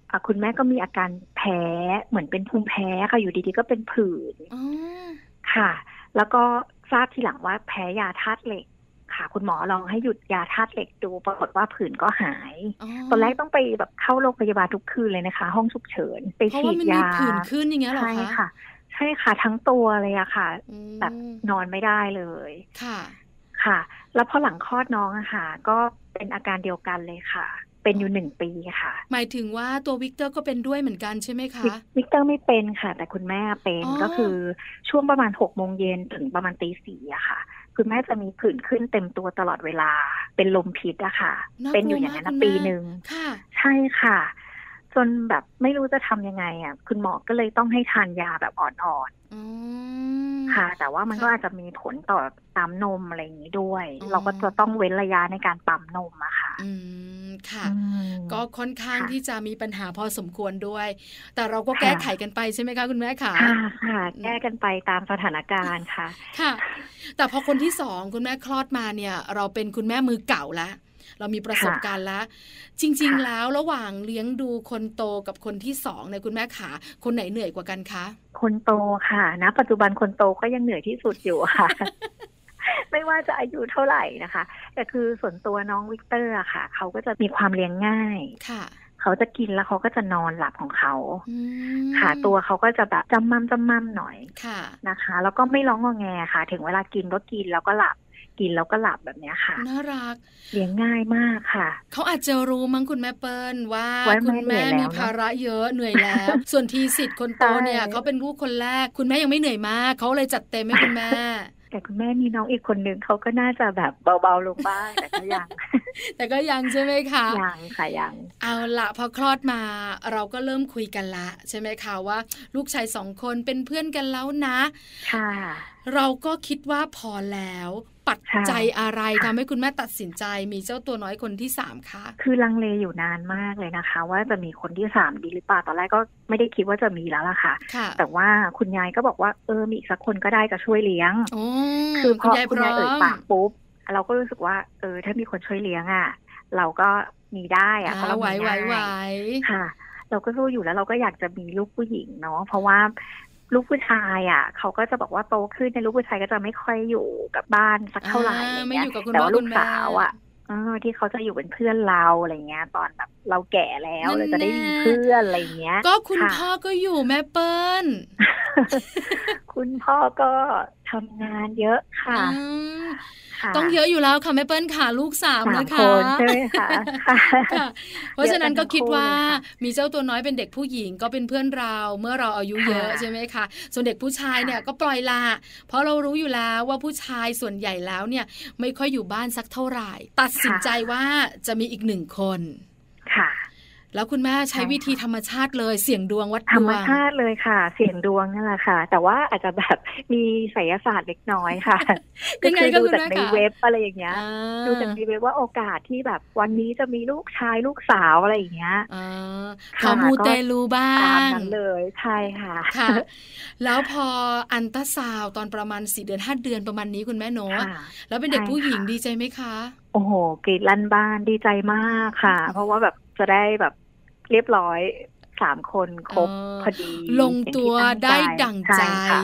[SPEAKER 4] อ่ะ คุณแม่ก็มีอาการแพ้เหมือนเป็นภูมิแพ้ค่ะอยู่ดีๆก็เป็นผื่น
[SPEAKER 2] อ๋อ
[SPEAKER 4] ค่ะ แล้วก็ทราบทีหลังว่าแพ้ยาธาตุเหล็กค่ะ คุณหมอลองให้หยุดยาธาตุเหล็กดูปรากฏว่าผื่นก็หาย
[SPEAKER 2] อ๋อ
[SPEAKER 4] ตอนแรกต้องไปแบบเข้าโรงพยาบาลทุกคืนเลยนะคะ ห้องฉุกเฉิน ไป
[SPEAKER 2] เพราะ
[SPEAKER 4] ฉี
[SPEAKER 2] ว่า
[SPEAKER 4] ด
[SPEAKER 2] มันมี
[SPEAKER 4] ยา
[SPEAKER 2] ผื่นขึ้นอย่างเงี้ยเหรอ
[SPEAKER 4] ใช่
[SPEAKER 2] คะ
[SPEAKER 4] ค่ะ ใช่ค่ะทั้งตัวเลยอะค่ะ
[SPEAKER 2] อืม
[SPEAKER 4] แบบนอนไม่ได้เลย
[SPEAKER 2] ค่ะ
[SPEAKER 4] ค่ะ แล้วพอหลังคลอดน้องอะค่ะ ก็เป็นอาการเดียวกันเลยค่ะ เป็นอยู่หนึ่งปีค่ะ
[SPEAKER 2] หมายถึงว่าตัววิกเตอร์ก็เป็นด้วยเหมือนกันใช่ไหมคะ
[SPEAKER 4] วิวิกเตอร์ไม่เป็นค่ะ แต่คุณแม่เป็น
[SPEAKER 2] อ๋อ
[SPEAKER 4] ก็คือช่วงประมาณหกโมงเย็นถึงประมาณตีสี่อะค่ะ คุณแม่จะมีผื่นขึ้นเต็มตัวตลอดเวลา เป็นลมพิษอะค่ะ
[SPEAKER 2] าก
[SPEAKER 4] เป็นอยู่อย่างนั้น
[SPEAKER 2] ลัว
[SPEAKER 4] นะ
[SPEAKER 2] มก
[SPEAKER 4] ปี
[SPEAKER 2] คุณแม่
[SPEAKER 4] หนึ่ง
[SPEAKER 2] ค่ะ
[SPEAKER 4] ใช่ค่ะ จนแบบไม่รู้จะทำยังไงอ่ะ คุณหมอก็เลยต้องให้ทานยาแบบอ่อน
[SPEAKER 2] อ๋อ
[SPEAKER 4] ๆค่ะ แต่ว่ามัน
[SPEAKER 2] ค่ะ
[SPEAKER 4] ก็อาจจะมีผลต่อปั๊มนมอะไรอย่างนี้ด้วย
[SPEAKER 2] อ๋อ
[SPEAKER 4] เราก็จะต้องเว้นระยะในการปั๊มนมอะค่ะ
[SPEAKER 2] อืม ค่ะ
[SPEAKER 4] อืม
[SPEAKER 2] ก็ค่อนข้าง
[SPEAKER 4] ค่ะ
[SPEAKER 2] ที่จะมีปัญหาพอสมควรด้วย แต่เราก็
[SPEAKER 4] ค่ะ
[SPEAKER 2] แก้ไขกันไปใช่ไหมคะคุณแม่ค่ะ
[SPEAKER 4] ค่ะค่ะแก้กันไปตามสถานการณ์ค่ะ
[SPEAKER 2] ค่ะ แต่พอคนที่สองคุณแม่คลอดมาเนี่ย เราเป็นคุณแม่มือเก่าละเรามีประสบการณ์ละจริง ๆ
[SPEAKER 4] ค่ะ
[SPEAKER 2] แล้วระหว่างเลี้ยงดูคนโตกับคนที่สองเนี่ยคุณแม่ขาคนไหนเหนื่อยกว่ากันคะ
[SPEAKER 4] คนโตค่ะนะปัจจุบันคนโตก็ยังเหนื่อยที่สุดอยู่ค่ะ ไม่ว่าจะอายุเท่าไหร่นะคะ แต่คือส่วนตัวน้องวิกเตอร์อะค่ะ เขาก็จะมีความเลี้ยงง่าย
[SPEAKER 2] ค่ะ
[SPEAKER 4] เขาจะกินแล้วเขาก็จะนอนหลับของเขา
[SPEAKER 2] อืม
[SPEAKER 4] ค่ะตัวเขาก็จะแบบจำมั่มจำมั่มหน่อย
[SPEAKER 2] ค่ะ
[SPEAKER 4] นะคะ แล้วก็ไม่ร้องงอแงค่ะ ถึงเวลากินก็กินแล้วก็หลับ กินแล้วก็หลับแบบเนี้ยค่ะ
[SPEAKER 2] น่ารัก
[SPEAKER 4] เลี้ยงง่ายมากค่ะ
[SPEAKER 2] เขาอาจจะรู้มั้งคุณแม่เปิ้ลว่า
[SPEAKER 4] ว่า
[SPEAKER 2] คุณแม่
[SPEAKER 4] แม่เหนื่อยแล้ว
[SPEAKER 2] มีภาระเยอะเหนื่อยแล้ว ส่วนทีสิทธิ์คนโตเนี่ย
[SPEAKER 4] ใช่
[SPEAKER 2] เขาเป็นลูกคนแรก คุณแม่ยังไม่เหนื่อยมากเขาเลยจัดเต็มให้คุณแม่
[SPEAKER 4] แต่คุณแม่มีน้องอีกคนนึงเขาก็น่าจะแบบเบาๆลงบ้างแต่ก็ ยัง
[SPEAKER 2] แต่ก็ยังใช่ไหมคะ
[SPEAKER 4] ยังค่ะยัง
[SPEAKER 2] เอาละพอคลอดมาเราก็เริ่มคุยกันละ ใช่ไหมคะว่า ลูกชายสองคนเป็นเพื่อนกันแล้วนะ
[SPEAKER 4] ค่ะ
[SPEAKER 2] เราก็คิดว่าพอแล้ว ปัจจัยอะไรทำให้คุณแม่ตัดสินใจมีเจ้าตัวน้อยคนที่สามคะ
[SPEAKER 4] คือลังเลอยู่นานมากเลยนะคะ ว่าจะมีคนที่สามดีหรือเปล่าตอนแรกก็ไม่ได้คิดว่าจะมีแล้วล่ะค่ะ
[SPEAKER 2] ค่ะ
[SPEAKER 4] แต่ว่าคุณยายก็บอกว่าเออมีอีกสักคนก็ได้จะช่วยเลี้ยง
[SPEAKER 2] โอ้
[SPEAKER 4] คือพ
[SPEAKER 2] คุ
[SPEAKER 4] อ
[SPEAKER 2] ณยายพ
[SPEAKER 4] คุณ
[SPEAKER 2] ร้
[SPEAKER 4] ยา
[SPEAKER 2] อย
[SPEAKER 4] เอ่ย
[SPEAKER 2] ม
[SPEAKER 4] ปากปุ๊บ เราก็รู้สึกว่า เออ ถ้ามีคนช่วยเลี้ยงอ่ะ เราก็มีได้อะเพราะ
[SPEAKER 2] อ่า
[SPEAKER 4] เรา
[SPEAKER 2] ไหว
[SPEAKER 4] มี
[SPEAKER 2] ไหว
[SPEAKER 4] ง่าย
[SPEAKER 2] ไหว
[SPEAKER 4] ค่ะ เราก็สู้อยู่แล้วเราก็อยากจะมีลูกผู้หญิงเนาะเพราะว่าลูกผู้ชายอ่ะ เขาก็จะบอกว่าโตขึ้นในยลูกผู้ชายก็จะไม่ค่อยอยู่กับบ้านสักเท่าไหร่อะไร
[SPEAKER 2] อ่าไม่
[SPEAKER 4] เงี้
[SPEAKER 2] อย ยู่กับคุณ
[SPEAKER 4] แต่
[SPEAKER 2] พ่อ
[SPEAKER 4] ว่าลู
[SPEAKER 2] คุ
[SPEAKER 4] ก
[SPEAKER 2] ณแม่
[SPEAKER 4] สาวอ่ะเออที่เขาจะอยู่เป็นเพื่อนเราอะไรเงี้ย ตอนแบบเราแก่แล้ว
[SPEAKER 2] นั่
[SPEAKER 4] เรา
[SPEAKER 2] น
[SPEAKER 4] จะได้มี
[SPEAKER 2] แน่
[SPEAKER 4] เพื่อนอะไรเงี้ย
[SPEAKER 2] ก็คุณ
[SPEAKER 4] ค่ะ
[SPEAKER 2] พ่อก็อยู่แม่เปิ้ล
[SPEAKER 4] คุณพ่อก็ท ทำงานเยอะค่ะ
[SPEAKER 2] อืม
[SPEAKER 4] ค่ะ
[SPEAKER 2] ต้องเยอะอยู่แล้วค่ะแม่เปิ้ลค่ะลูกสาม
[SPEAKER 4] สาม
[SPEAKER 2] นะ
[SPEAKER 4] ค
[SPEAKER 2] คะ
[SPEAKER 4] นใช่ไหมคะค่ะ
[SPEAKER 2] ค่ะ เพราะฉะนั้นก็คิดว่า
[SPEAKER 4] เยอะกันทั้งคู่เลยค่ะ
[SPEAKER 2] มีเจ้าตัวน้อยเป็นเด็กผู้หญิงก็เป็นเพื่อนเราเมื่อเราอายุเยอะ
[SPEAKER 4] ค่ะ
[SPEAKER 2] ใช่ไหมคะส่วนเด็กผู้ชายเนี่ย
[SPEAKER 4] ค่ะ
[SPEAKER 2] ก็ปล่อยละเพราะเรารู้อยู่แล้วว่าผู้ชายส่วนใหญ่แล้วเนี่ยไม่ค่อยอยู่บ้านสักเท่าไหร่ ตัดสินใจว่าจะมีอีกหนึ่งคน
[SPEAKER 4] ค่ะ
[SPEAKER 2] แล้วคุณแม่ใช้
[SPEAKER 4] ใช่ค่ะ
[SPEAKER 2] วิธีธรรมชาติเลยเสี่ยงดวงวัด
[SPEAKER 4] ธร
[SPEAKER 2] ด
[SPEAKER 4] ร
[SPEAKER 2] ว
[SPEAKER 4] ม
[SPEAKER 2] ง
[SPEAKER 4] ชาติเลยค่ะ เสียงดวงนั่นแหละค่ะ แต่ว่าอาจจะแบบมีไสยศาสตร์เล็กน้อยค่ะ
[SPEAKER 2] ยังไง
[SPEAKER 4] ก็
[SPEAKER 2] ก็
[SPEAKER 4] คือดู
[SPEAKER 2] คุณ
[SPEAKER 4] จากใน
[SPEAKER 2] แม่ค่ะ
[SPEAKER 4] เว็บอะไรอย่างเงี้ย
[SPEAKER 2] อ่า
[SPEAKER 4] ดูจากในเว็บว่าโอกาสที่แบบวันนี้จะมีลูกชายลูกสาวอะไรอย่างเงี้ย
[SPEAKER 2] อ่า
[SPEAKER 4] ค่ะ
[SPEAKER 2] ข่าวมูเตลูบ้า
[SPEAKER 4] ตาม
[SPEAKER 2] ง
[SPEAKER 4] นั้นเลยใช่ค่ะ
[SPEAKER 2] ค่ะ แล้วพออันตราซาวด์ตอนประมาณสี่เดือนห้าเดือนประมาณนี้คุณแม่โนอะ
[SPEAKER 4] ค่ะ
[SPEAKER 2] แล้วเป็นเด็กผู้หญิง
[SPEAKER 4] ใช่ค่ะ
[SPEAKER 2] ดีใจไหมคะ
[SPEAKER 4] โอ้โหกรีดลั่นบ้านดีใจมากค่ะ เพราะว่าแบบจะได้แบบเรียบร้อยสามคนครบ
[SPEAKER 2] เออ
[SPEAKER 4] พอดี
[SPEAKER 2] ลงตัวได้ดั่งใจ
[SPEAKER 4] ช่ค่ะ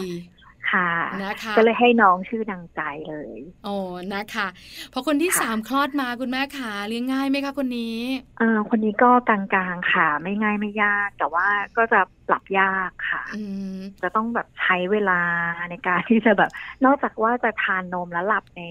[SPEAKER 4] ค่ะ
[SPEAKER 2] นะคะ
[SPEAKER 4] ก็เลยให้น้องชื่อดังใจเลย
[SPEAKER 2] โอ้นะคะพอคนที่
[SPEAKER 4] ค่ะ
[SPEAKER 2] สามคลอดมาคุณแม่ขาเลี้ยงง่ายไหมคะคนนี้
[SPEAKER 4] เอ่อคนนี้ก็กลางๆค่ะ ไม่ง่ายไม่ยาก แต่ว่าก็จะปรับยากค่ะ
[SPEAKER 2] อืม
[SPEAKER 4] จะต้องแบบใช้เวลาในการที่จะแบบ นอกจากว่าจะทานนมแล้วหลับใน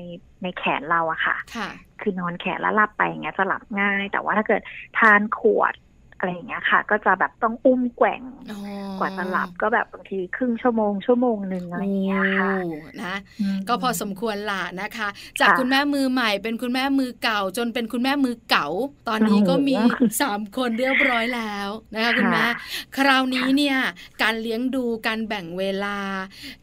[SPEAKER 4] ในแขนเราอะค่ะ
[SPEAKER 2] ค่ะ
[SPEAKER 4] คือนอนแขนแล้วหลับไปอย่างเงี้ยจะหลับง่าย แต่ว่าถ้าเกิดทานขวดอะไรอย่างเงี้ยค่ะ ก็จะแบบต้องอุ้มแกว่ง
[SPEAKER 2] อ๋อก
[SPEAKER 4] ว่าจะหลับก็แบบบางทีครึ่งชั่วโมงชั่วโมงหนึ่งอะไรอย่างเงี้ยค่ะ
[SPEAKER 2] โอ้นะ
[SPEAKER 4] ม
[SPEAKER 2] ก็พอสมควรล่ะนะคะ จาก
[SPEAKER 4] ค่ะ
[SPEAKER 2] คุณแม่มือใหม่เป็นคุณแม่มือเก่า จนเป็นคุณแม่มือเก่า ตอนนี้ก็มี 3 คนเรียบร้อยแล้วนะคะคุณแม่คราวนี้เนี่ยการเลี้ยงดูการแบ่งเวลา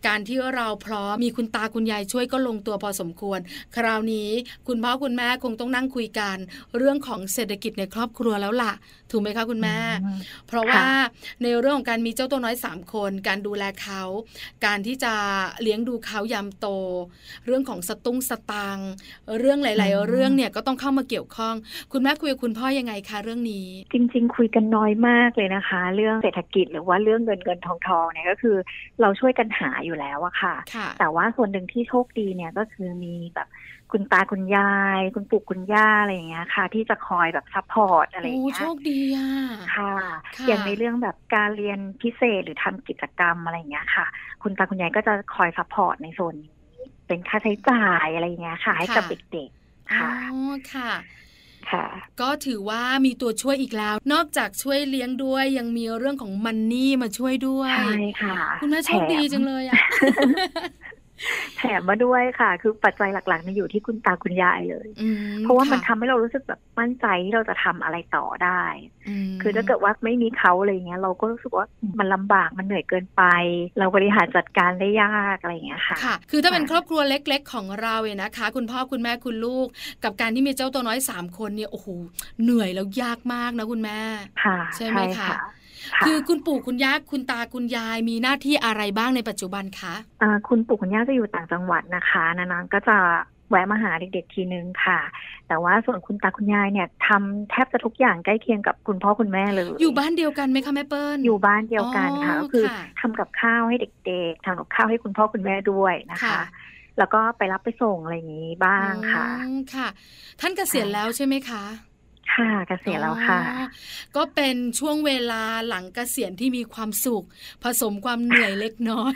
[SPEAKER 2] การที่เราพร้อมมีคุณตาคุณยายช่วยก็ลงตัวพอสมควร คราวนี้คุณพ่อคุณแม่คงต้องนั่งคุยกัน เรื่องของเศรษฐกิจในครอบครัวแล้วล่ะ ถูกไหมคะคุณแม่
[SPEAKER 4] อืม
[SPEAKER 2] เพราะว่าในเรื่องของการมีเจ้าตัวน้อย 3 คน การดูแลเขา การที่จะเลี้ยงดูเขายามโต เรื่องของสตุ้งสตางค์เรื่องหลาย
[SPEAKER 4] อืม
[SPEAKER 2] ๆ เรื่องเนี่ยก็ต้องเข้ามาเกี่ยวข้อง คุณแม่คุยกับคุณพ่อยังไงคะเรื่องนี้
[SPEAKER 4] จริง ๆ คุยกันน้อยมากเลยนะคะ เรื่องเศรษฐกิจหรือว่าเรื่องเงินเงินทองทองเนี่ยก็คือ เราช่วยกันหาอยู่แล้วอะค่ะ
[SPEAKER 2] ค่ะ
[SPEAKER 4] แต่ว่าส่วนหนึ่งที่โชคดีเนี่ยก็คือมีแบบคุณตาคุณยาย คุณปู่คุณย่าอะไรอย่างเงี้ยค่ะ ที่จะคอยแบบซัพพอร์ตอะไรอย่าง
[SPEAKER 2] โอ้
[SPEAKER 4] เงี้
[SPEAKER 2] โช
[SPEAKER 4] ย
[SPEAKER 2] คดีอ่ะ
[SPEAKER 4] ค่ะ
[SPEAKER 2] ค่ะ
[SPEAKER 4] อย่างในเรื่องแบบการเรียนพิเศษหรือทำกิจกรรมอะไรอย่างเงี้ยค่ะ คุณตาคุณยายก็จะคอยซัพพอร์ตในส่วนนี้เป็นค่าใช้จ่ายอะไรอย่างเงี้ยค่ะให้กับเด็กๆ
[SPEAKER 2] อ๋อ
[SPEAKER 4] ค่ะ
[SPEAKER 2] ค่ะ
[SPEAKER 4] ค่ะ
[SPEAKER 2] ก็ถือว่ามีตัวช่วยอีกแล้ว นอกจากช่วยเลี้ยงด้วยยังมีเรื่องของมันนี่มาช่วยด้วย
[SPEAKER 4] ใช่ค่ะ
[SPEAKER 2] คุณแม่โชคดี
[SPEAKER 4] ถม
[SPEAKER 2] จังเลย อ่ะ
[SPEAKER 4] แถมมาด้วยค่ะ คือปัจจัยหลักๆเนี่ยอยู่ที่คุณตาคุณยายเลย
[SPEAKER 2] อื
[SPEAKER 4] เพราะว่ามันทำ
[SPEAKER 2] ค่
[SPEAKER 4] ให้เรารู้สึกแบบมั่นใจที่เราจะทำอะไรต่อได้
[SPEAKER 2] ม
[SPEAKER 4] คือถ้าเกิดว่าไม่มีเขาอะไรเงี้ย เราก็รู้สึกว่ามันลำบากมันเหนื่อยเกินไป เราบริหารจัดการได้ยากอะไรอย่างเงี้ยค่ะ
[SPEAKER 2] ค่ะ คือถ้าเป็น
[SPEAKER 4] ค่ะ
[SPEAKER 2] ครอบครัวเล็ก ๆ ของเราเนี่ยนะคะ คุณพ่อคุณแม่คุณลูก กับการที่มีเจ้าตัวน้อย 3 คนเนี่ยโอ้โหเหนื่อยแล้วยากมากนะคุณแม่
[SPEAKER 4] ค่ะ
[SPEAKER 2] ใช่ไหมคะ
[SPEAKER 4] ค่ะ
[SPEAKER 2] คือคุณปู่คุณย่าคุณตาคุณยายมีหน้าที่อะไรบ้างในปัจจุบันคะ
[SPEAKER 4] เอ่อคุณปู่คุณย่าจะอยู่ต่างจังหวัดนะคะนานๆก็จะแวะมาหาเด็กๆทีนึงค่ะ แต่ว่าส่วนคุณตาคุณยายเนี่ยทำแทบจะทุกอย่างใกล้เคียงกับคุณพ่อคุณแม่เลย
[SPEAKER 2] อยู่บ้านเดียวกันไหมคะแม่เปิ้ล
[SPEAKER 4] อยู่บ้านเดียวกันค่ะ
[SPEAKER 2] อ๋อ
[SPEAKER 4] ก็คือ
[SPEAKER 2] ค่ะ
[SPEAKER 4] ทำกับข้าวให้เด็กๆทำกับข้าวให้คุณพ่อคุณแม่ด้วยนะคะ
[SPEAKER 2] ค่ะ
[SPEAKER 4] แล้วก็ไปรับไปส่งอะไรอย่างนี้บ้างค่ะ
[SPEAKER 2] อืมค่ะ ท่านเกษียณ
[SPEAKER 4] ค่ะ
[SPEAKER 2] แล้วใช่ไหมคะ
[SPEAKER 4] ค่ะเกษียณแล้วค่ะ
[SPEAKER 2] อ๋อก็เป็นช่วงเวลาหลังเกษียณที่มีความสุข ผสมความเหนื่อยเล็กน้อย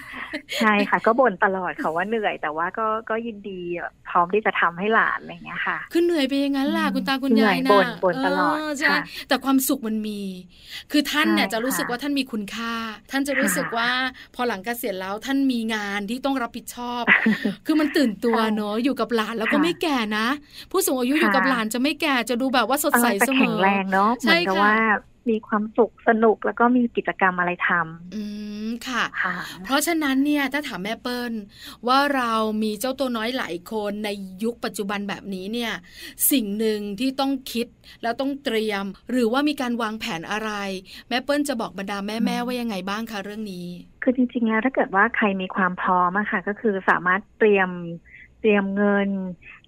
[SPEAKER 4] ใช่ค่ะ ก็บ่นตลอดค่ะว่าเหนื่อย แต่ว่าก็ก็ยินดีแบบพร้อมที่จะทำให้หลานอะไรอย่างเงี้ยค่ะ
[SPEAKER 2] คือเหนื่อยไปอย่างนั้นล่ะ
[SPEAKER 4] อืม
[SPEAKER 2] คุณตาคุณยาย
[SPEAKER 4] เหนื่
[SPEAKER 2] นะ
[SPEAKER 4] อยบ่นบ่นตลอด
[SPEAKER 2] เใช่
[SPEAKER 4] ค่ะ
[SPEAKER 2] แต่ความสุขมันมี คือท่านเนี่ย
[SPEAKER 4] ใช่
[SPEAKER 2] จะรู้สึก
[SPEAKER 4] ค่ะ
[SPEAKER 2] ว่าท่านมีคุณค่า ท่านจะรู้สึก
[SPEAKER 4] ค่ะ
[SPEAKER 2] ว่าพอหลังเกษียณแล้วท่านมีงานที่ต้องรับผิดช อบ คือมันตื่นตัว
[SPEAKER 4] ใช่
[SPEAKER 2] เนอะอยู่กับหลานแล้วก็
[SPEAKER 4] ค่ะ
[SPEAKER 2] ไม่แก่นะ ผู้สูงอายุ
[SPEAKER 4] ค่ะ
[SPEAKER 2] อยู่กับหลานจะไม่แก่จะดูแบบว่าสดใส
[SPEAKER 4] จะ
[SPEAKER 2] เสม
[SPEAKER 4] แข็ง
[SPEAKER 2] อ
[SPEAKER 4] แรงเนาะเห
[SPEAKER 2] ใช่
[SPEAKER 4] มือนกับ
[SPEAKER 2] ค่ะ
[SPEAKER 4] ว่ามีความสุขสนุกแล้วก็มีกิจกรรมอะไรทำ
[SPEAKER 2] อืมค่ะ
[SPEAKER 4] ค่ะ
[SPEAKER 2] เพราะฉะนั้นเนี่ยถ้าถามแม่เปิ้ลว่าเรามีเจ้าตัวน้อยหลายคนในยุคปัจจุบันแบบนี้เนี่ยสิ่งหนึ่งที่ต้องคิดแล้วต้องเตรียม หรือว่ามีการวางแผนอะไร แม่เปิ้ลจะบอกบรรดาแม่แม่
[SPEAKER 4] อืม
[SPEAKER 2] ว่ายังไงบ้างคะเรื่องนี้
[SPEAKER 4] คือจริงๆแล้วถ้าเกิดว่าใครมีความพร้อมอะค่ะ ก็คือสามารถเตรียมเตรียมเงิน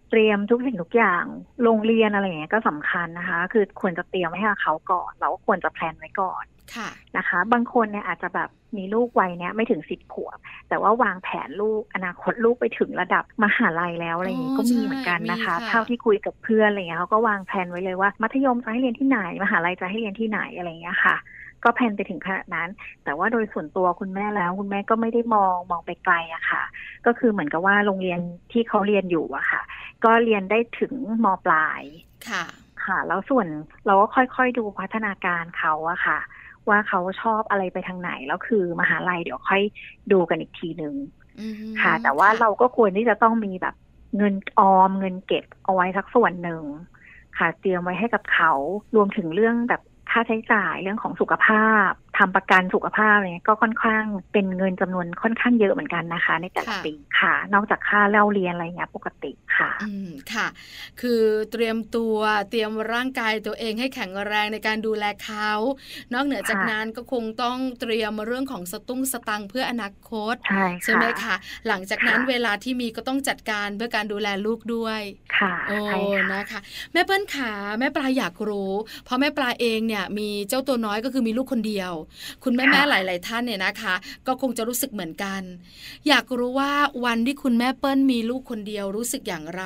[SPEAKER 4] เตรียมทุกสิ่งทุกอย่างโรงเรียนอะไรอย่างเงี้ยก็สำคัญนะคะ คือควรจะเตรียมไว้ให้กับเขาก่อนเราก็ควรจะแพลนไว้ก่อน
[SPEAKER 2] ค่ะ
[SPEAKER 4] นะคะ บางคนเนี่ยอาจจะแบบมีลูกวัยเนี้ยไม่ถึงสิบขวบ แต่ว่าวางแผนลูกอนาคตลูกไปถึงระดับมหาลัยแล้วอะไรอย่างงี้
[SPEAKER 2] อ๋อ
[SPEAKER 4] ก็มี
[SPEAKER 2] ใช่
[SPEAKER 4] เหมือนกันนะคะ
[SPEAKER 2] มีค่ะ
[SPEAKER 4] เท่าที่คุยกับเพื่อนอะไรเงี้ยเขาก็วางแผนไว้เลยว่ามัธยมจะให้เรียนที่ไหน มหาลัยจะให้เรียนที่ไหนอะไรอย่างเงี้ยค่ะ ก็แพลนไปถึงขนาดนั้น แต่ว่าโดยส่วนตัวคุณแม่แล้ว คุณแม่ก็ไม่ได้มองมองไปไกลอะค่ะ ก็คือเหมือนกับว่าโรงเรียนที่เขาเรียนอยู่อะค่ะ ก็เรียนได้ถึงมปลาย
[SPEAKER 2] ค่ะ
[SPEAKER 4] ค่ะแล้วส่วนเราก็ค่อยๆดูพัฒนาการเขาอะค่ะ ว่าเขาชอบอะไรไปทางไหนแล้วคือมหาลัยเดี๋ยวค่อยดูกันอีกทีหนึ่ง
[SPEAKER 2] อืม
[SPEAKER 4] ค่ะ แต่ว่าเราก็ควรที่จะต้องมีแบบเงินออมเงินเก็บเอาไว้สักส่วนหนึ่งค่ะ เตรียมไว้ให้กับเขารวมถึงเรื่องแบบค่าใช้จ่ายเรื่องของสุขภาพทำประกันสุขภาพอะไรเงี้ยก็ค่อนข้างเป็นเงินจำนวนค่อนข้างเยอะเหมือนกันนะคะ ในแต่ละปีค่ะ นอกจากค่าเล่าเรียนอะไรเงี้ยปกติค่ะ
[SPEAKER 2] อืมค่ะ คือเตรียมตัวเตรียมร่างกายตัวเองให้แข็งแรงในการดูแลเขา นอกเหนือจาก
[SPEAKER 4] ค่ะ
[SPEAKER 2] นั้นก็คงต้องเตรียมเรื่องของสตุ้งสตังค์เพื่ออนาคต
[SPEAKER 4] ใช่
[SPEAKER 2] ใช่ไหม
[SPEAKER 4] ค่ะ
[SPEAKER 2] คะหลังจากนั้น
[SPEAKER 4] ค่ะ
[SPEAKER 2] เวลาที่มีก็ต้องจัดการเพื่อการดูแลลูกด้วย
[SPEAKER 4] ค่ะ
[SPEAKER 2] โอ้
[SPEAKER 4] ใช่ค่ะ
[SPEAKER 2] นะคะ แม่เปิ้ลขาแม่ปลาอยากรู้ เพราะแม่ปลาเองเนี่ยมีเจ้าตัวน้อยก็คือมีลูกคนเดียว คุณแม่แม่
[SPEAKER 4] ค่ะ
[SPEAKER 2] หลาย ๆ ท่านเนี่ยนะคะ ก็คงจะรู้สึกเหมือนกัน อยากรู้ว่าวันที่คุณแม่เปิ้ลมีลูกคนเดียวรู้สึกอย่างไร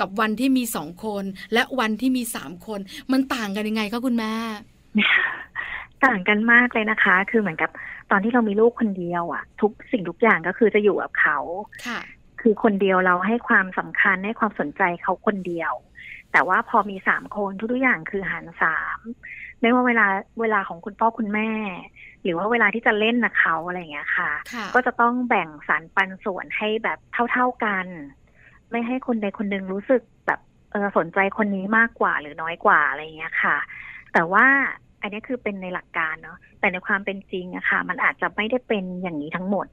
[SPEAKER 2] กับวันที่มีสองคน และวันที่มีสามคน มันต่างกันยังไงคะคุณแม่
[SPEAKER 4] ต่างกันมากเลยนะคะ คือเหมือนกับตอนที่เรามีลูกคนเดียวอะทุกสิ่งทุกอย่างก็คือจะอยู่กับเขา
[SPEAKER 2] ค่ะ
[SPEAKER 4] คือคนเดียวเราให้ความสำคัญให้ความสนใจเขาคนเดียว แต่ว่าพอมีสามคนทุกๆอย่างคือหารสามไม่ว่าเวลาเวลาของคุณพ่อคุณแม่ หรือว่าเวลาที่จะเล่นนะเขาอะไรอย่างเงี้ยค่ะ
[SPEAKER 2] ค่ะ
[SPEAKER 4] ก็จะต้องแบ่งสรรปันส่วนให้แบบเท่าๆกัน ไม่ให้คนใดคนหนึ่งรู้สึกแบบเออสนใจคนนี้มากกว่าหรือน้อยกว่าอะไรอย่างเงี้ยค่ะ แต่ว่าอันนี้คือเป็นในหลักการเนาะแต่ในความเป็นจริงอะค่ะ มันอาจจะไม่ได้เป็นอย่างนี้ทั้งหมด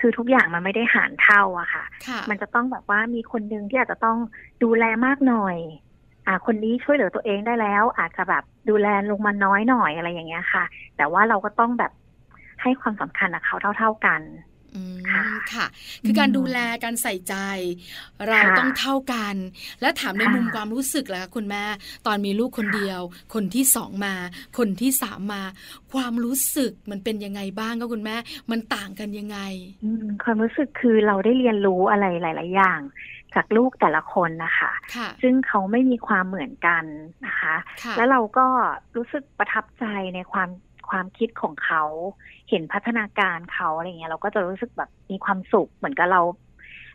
[SPEAKER 4] คือทุกอย่างมันไม่ได้หารเท่าอะค่ะ
[SPEAKER 2] ค่ะ
[SPEAKER 4] มันจะต้องแบบว่ามีคนหนึ่งที่อาจจะต้องดูแลมากหน่อย อ่า คนนี้ช่วยเหลือตัวเองได้แล้ว อาจจะแบบดูแลลงมาน้อยหน่อยอะไรอย่างเงี้ยค่ะ แต่ว่าเราก็ต้องแบบให้ความสำคัญกับเขาเท่า ๆกัน
[SPEAKER 2] อืม
[SPEAKER 4] ค่ะ
[SPEAKER 2] ค่ะ คือการ
[SPEAKER 4] อืม
[SPEAKER 2] ดูแลการใส่ใจ เรา
[SPEAKER 4] ค่ะ
[SPEAKER 2] ต้องเท่ากัน และถามใน
[SPEAKER 4] ค่ะ
[SPEAKER 2] มุมความรู้สึกแล้วคุณแม่ ตอนมีลูกคนเดียว คนที่สองมา คนที่สามมา ความรู้สึกมันเป็นยังไงบ้างคะคุณแม่ มันต่างกันยังไง
[SPEAKER 4] อืมความรู้สึกคือเราได้เรียนรู้อะไรหลาย ๆ อย่าง จากลูกแต่ละคนนะคะ
[SPEAKER 2] ค่ะ
[SPEAKER 4] ซึ่งเขาไม่มีความเหมือนกันนะคะ
[SPEAKER 2] ค่ะ
[SPEAKER 4] แล้วเราก็รู้สึกประทับใจในความความคิดของเขา เห็นพัฒนาการเขาอะไรเงี้ยเราก็จะรู้สึกแบบมีความสุขเหมือนกับเรา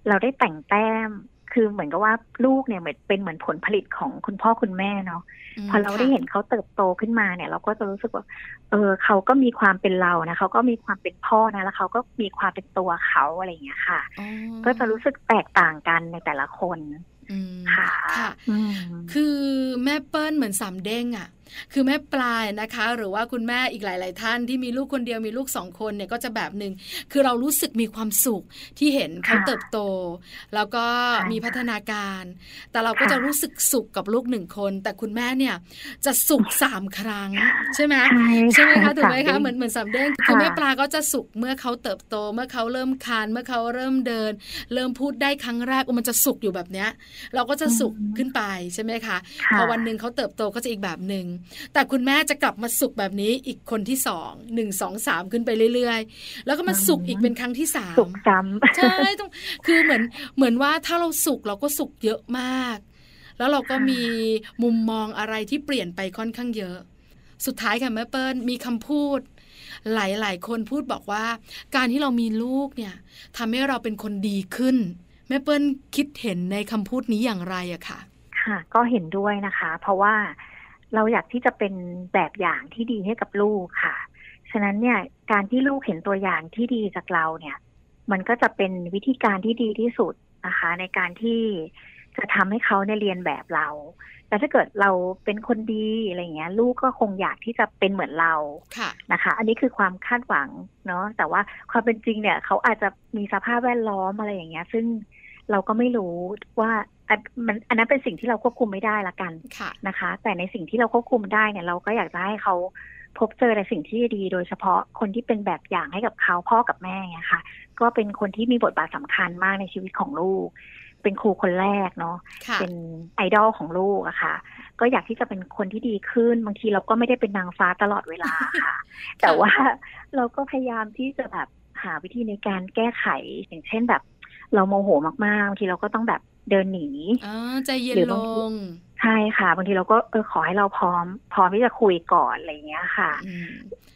[SPEAKER 4] เราได้แต่งแต้ม คือเหมือนกับว่าลูกเนี่ยเหมือนเป็นเหมือนผลผลิตของคุณพ่อคุณแม่เนาะ
[SPEAKER 2] ม
[SPEAKER 4] พอเราได้
[SPEAKER 2] ค่ะ
[SPEAKER 4] เห็นเขาเติบโตขึ้นมาเนี่ย เราก็จะรู้สึกว่า เออเขาก็มีความเป็นเรานะเขาก็มีความเป็นพ่อนะแล้วเขาก็มีความเป็นตัวเขาอะไรอย่างเงี้ยค่ะ
[SPEAKER 2] อ๋อ
[SPEAKER 4] ก็จะรู้สึกแตกต่างกันในแต่ละคน
[SPEAKER 2] อืม
[SPEAKER 4] ค่ะ
[SPEAKER 2] ค่ะ
[SPEAKER 4] อืม
[SPEAKER 2] คือแม่เปิ้ลเหมือนสามเด้งอะ่ะ คือแม่ปลายนะคะ หรือว่าคุณแม่อีกหลาย ๆ ท่านที่มีลูกคนเดียวมีลูกสองคนเนี่ยก็จะแบบหนึ่งคือเรารู้สึกมีความสุขที่เห็นเขา
[SPEAKER 4] ค่ะ
[SPEAKER 2] เติบโต แล้วก็
[SPEAKER 4] ใช่
[SPEAKER 2] มี
[SPEAKER 4] ค่ะ
[SPEAKER 2] พัฒนาการ แต่เราก็
[SPEAKER 4] ค่ะ
[SPEAKER 2] จะรู้สึกสุขกับลูกหนึ่งคน แต่คุณแม่เนี่ยจะสุขสามครั้ง ใช่ไหม
[SPEAKER 4] ใช่
[SPEAKER 2] ใช่ไหมคะ
[SPEAKER 4] ค่ะ
[SPEAKER 2] ถูกไหม
[SPEAKER 4] สามเด้ง
[SPEAKER 2] คะเหมือนเหมือนสามเด้ง
[SPEAKER 4] ค่ะ
[SPEAKER 2] คือแม่ปลาก็จะสุขเมื่อเขาเติบโต เมื่อเขาเริ่มคานเมื่อเขาเริ่มเดิน เริ่มพูดได้ครั้งแรกโอ้มันจะสุขอยู่แบบเนี้ย เราก็จะสุข
[SPEAKER 4] อืม
[SPEAKER 2] ขึ้นไปใช่ไหมคะ
[SPEAKER 4] ค่ะ
[SPEAKER 2] พอวันหนึ่งเขาเติบโตก็จะอีกแบบหนึ่ง แต่คุณแม่จะกลับมาสุขแบบนี้อีกคนที่สองหนึ่งสองสามขึ้นไปเรื่อยๆ แล้วก็มา
[SPEAKER 4] อืม
[SPEAKER 2] สุขอีกเป็นครั้งที่สาม
[SPEAKER 4] สุขซ้ำ
[SPEAKER 2] ใช่ต้องคือเหมือนเหมือนว่าถ้าเราสุขเราก็สุขเยอะมาก แล้วเราก็
[SPEAKER 4] ค่ะ
[SPEAKER 2] มีมุมมองอะไรที่เปลี่ยนไปค่อนข้างเยอะ สุดท้ายค่ะแม่เปิ้ลมีคำพูด หลายๆ คนพูดบอกว่า การที่เรามีลูกเนี่ยทำให้เราเป็นคนดีขึ้น แม่เปิ้ลคิดเห็นในคำพูดนี้อย่างไรอะค่ะ
[SPEAKER 4] ค่ะ ก็เห็นด้วยนะคะ เพราะว่าเราอยากที่จะเป็นแบบอย่างที่ดีให้กับลูกค่ะ ฉะนั้นเนี่ยการที่ลูกเห็นตัวอย่างที่ดีจากเราเนี่ย มันก็จะเป็นวิธีการที่ดีที่สุดนะคะ ในการที่จะทำให้เขาเนี่ยเรียนแบบเราแต่ถ้าเกิดเราเป็นคนดีอะไรอย่างเงี้ย ลูกก็คงอยากที่จะเป็นเหมือนเรา
[SPEAKER 2] ค่ะ
[SPEAKER 4] นะคะ อันนี้คือความคาดหวังเนาะ แต่ว่าความเป็นจริงเนี่ย เขาอาจจะมีสภาพแวดล้อมอะไรอย่างเงี้ย ซึ่งเราก็ไม่รู้ว่าอันมันอันนั้นเป็นสิ่งที่เราควบคุมไม่ได้ละกัน
[SPEAKER 2] ค่ะ
[SPEAKER 4] นะคะ แต่ในสิ่งที่เราควบคุมได้เนี่ย เราก็อยากจะให้เขาพบเจอในสิ่งที่ดี โดยเฉพาะคนที่เป็นแบบอย่างให้กับเขาพ่อกับแม่เนี่ยค่ะ ก็เป็นคนที่มีบทบาทสำคัญมากในชีวิตของลูก เป็นครูคนแรกเนาะ
[SPEAKER 2] ค่ะ
[SPEAKER 4] เป็นไอดอลของลูกอะค่ะ ก็อยากที่จะเป็นคนที่ดีขึ้น บางทีเราก็ไม่ได้เป็นนางฟ้าตลอดเวลาค่ะ แต่ว่าเราก็พยายามที่จะแบบหาวิธีในการแก้ไข อย่างเช่นแบบ เราโมโหมากๆบางทีเราก็ต้องแบบเดินหนี
[SPEAKER 2] อ๋อ ใจเย็น
[SPEAKER 4] หรือบาง
[SPEAKER 2] ล
[SPEAKER 4] ที
[SPEAKER 2] ง
[SPEAKER 4] ใช่ค่ะ บางทีเราก็เออขอให้เราพร้อม พร้อมที่จะคุยก่อนอะไรอย่างเงี้ยค่ะ
[SPEAKER 2] อืม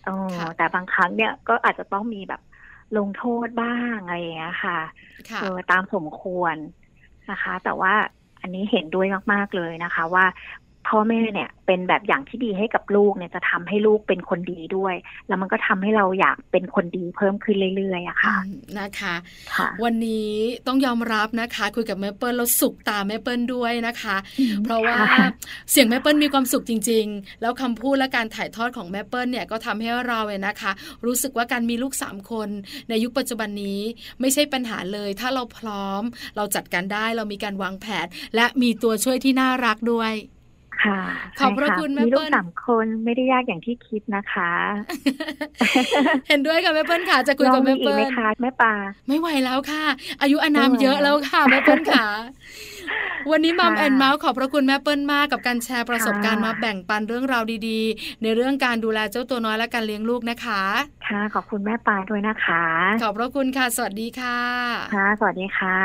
[SPEAKER 4] โอ้
[SPEAKER 2] ค่ะ
[SPEAKER 4] แต่บางครั้งเนี่ยก็อาจจะต้องมีแบบลงโทษบ้างอะไรอย่างเงี้ยค่ะ
[SPEAKER 2] ค่ะ
[SPEAKER 4] เออตามสมควรนะคะ แต่ว่าอันนี้เห็นด้วยมาก ๆ เลยนะคะ ว่าพ่อแม่เนี่ยเป็นแบบอย่างที่ดีให้กับลูกเนี่ยจะทำให้ลูกเป็นคนดีด้วย แล้วมันก็ทำให้เราอยากเป็นคนดีเพิ่มขึ้นเรื่อยๆอะค่ะ
[SPEAKER 2] อืมนะคะ
[SPEAKER 4] ค่ะ
[SPEAKER 2] วันนี้ต้องยอมรับนะคะ คุยกับแม่เปิลเราสุขตาแม่เปิลด้วยนะคะ เพราะว่า
[SPEAKER 4] ค่ะ
[SPEAKER 2] เสียงแม่เปิลมีความสุขจริง ๆ แล้วคำพูดและการถ่ายทอดของแม่เปิลเนี่ยก็ทำให้เราเนี่ยนะคะ รู้สึกว่าการมีลูก 3 คน ในยุคปัจจุบันนี้ ไม่ใช่ปัญหาเลย ถ้าเราพร้อม เราจัดการได้เรามีการวางแผน และมีตัวช่วยที่น่ารักด้วย
[SPEAKER 4] ค่ะ
[SPEAKER 2] ขอบพระ
[SPEAKER 4] ใช่
[SPEAKER 2] คุณแม่
[SPEAKER 4] มีลู
[SPEAKER 2] เปิ้
[SPEAKER 4] ก
[SPEAKER 2] ล
[SPEAKER 4] สามคนไม่ได้ยากอย่างที่คิดนะคะ
[SPEAKER 2] เห็นด้วยค่ะแม่เปิลค่ะ จะคุยกับ
[SPEAKER 4] น้
[SPEAKER 2] แม่
[SPEAKER 4] องมีอี
[SPEAKER 2] เปิ
[SPEAKER 4] กไหม
[SPEAKER 2] ล
[SPEAKER 4] คะแม่ปลา
[SPEAKER 2] ไม่ไหวแล้วค่ะ อายุอานาม
[SPEAKER 4] ไม่ไหว
[SPEAKER 2] เยอะแล้วค่ะแม่เปิลค่ะ วันนี้มัม
[SPEAKER 4] ค่ะ
[SPEAKER 2] แอนเมาส์ขอบพระคุณแม่เปิ้ลมากกับการแชร์ประสบการณ์
[SPEAKER 4] ค่ะ
[SPEAKER 2] มาแบ่งปันเรื่องราวดีๆ ในเรื่องการดูแลเจ้าตัวน้อยและการเลี้ยงลูกนะคะ
[SPEAKER 4] ค่ะ ขอบคุณแม่ปลาด้วยนะคะ
[SPEAKER 2] ขอบพระคุณค่ะ สวัสดีค่ะ
[SPEAKER 4] ค่ะ สวัสดีค่ะ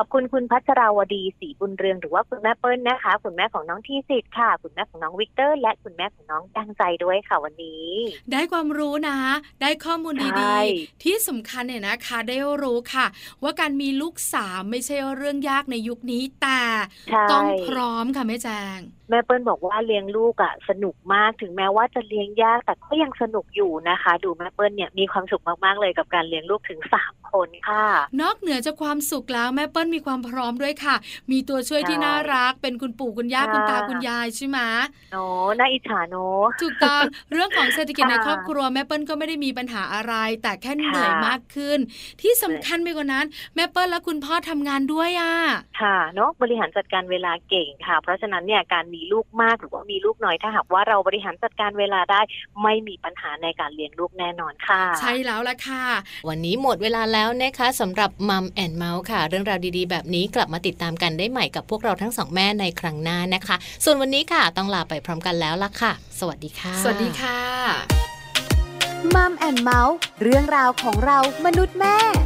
[SPEAKER 1] ขอบคุณคุณพัชราวดีศรีบุญเรืองหรือว่าคุณแม่เปิ้ลนะคะ คุณแม่ของน้องทีสิทธิ์ค่ะ คุณแม่ของน้องวิกเตอร์ และคุณแม่ของน้องดังใจด้วยค่ะวันนี้
[SPEAKER 2] ได้ความรู้นะ ได้ข้อมูล
[SPEAKER 1] ใช่
[SPEAKER 2] ดีๆ ที่สำคัญเนี่ยนะคะ ได้รู้ค่ะ ว่าการมีลูกสามไม่ใช่เรื่องยากในยุคนี้แต่
[SPEAKER 1] ใช่
[SPEAKER 2] ต้องพร้อมค่ะแม่แจง
[SPEAKER 1] แม่เปิ้ลบอกว่าเลี้ยงลูกอะสนุกมากถึงแม้ว่าจะเลี้ยงยากแต่ก็ยังสนุกอยู่นะคะ ดูแม่เปิ้ลเนี่ยมีความสุขมากๆเลยกับการเลี้ยงลูกถึงสามคนค่ะ
[SPEAKER 2] นอกเหนือจากความสุขแล้วแม่เปิ้ลมีความพร้อมด้วยค่ะ มีตัวช่วยที่
[SPEAKER 1] ใช่
[SPEAKER 2] น่ารัก เป็นคุณปู่คุณย่า
[SPEAKER 1] ค่ะ
[SPEAKER 2] คุณตาคุณยายใช่ไหม
[SPEAKER 1] โน้น่าอิจฉาโน้
[SPEAKER 2] ถูกต้อง เรื่องของเศรษฐกิจ
[SPEAKER 1] ค่ะ
[SPEAKER 2] ในครอบครัวแม่เปิ้ลก็ไม่ได้มีปัญหาอะไร แต่แค่เหนื่อย
[SPEAKER 1] ค่ะ
[SPEAKER 2] มากขึ้น ที่สำคัญไปกว่านั้น แม่เปิ้ลและคุณพ่อทำงานด้วยอ่ะ
[SPEAKER 1] ค่ะเนาะบริหารจัดการเวลาเก่งค่ะ เพราะฉะนั้นเนี่ยการมีลูกมากหรือว่ามีลูกน้อยถ้าหากว่าเราบริหารจัดการเวลาได้ ไม่มีปัญหาในการเลี้ยงลูกแน่นอนค่ะ
[SPEAKER 2] ใช่แล้วล่ะค่ะ
[SPEAKER 5] วันนี้หมดเวลาแล้วนะคะสำหรับมัมแอนเมาส์ค่ะ เรื่องราวดีๆ แบบนี้กลับมาติดตามกันได้ใหม่กับพวกเราทั้งสองแม่ในครั้งหน้านะคะ ส่วนวันนี้ค่ะต้องลาไปพร้อมกันแล้วล่ะค่ะ สวัสดีค่ะ
[SPEAKER 2] สวัสดีค่ะ
[SPEAKER 3] มัมแอนเมาส์เรื่องราวของเรามนุษย์แม่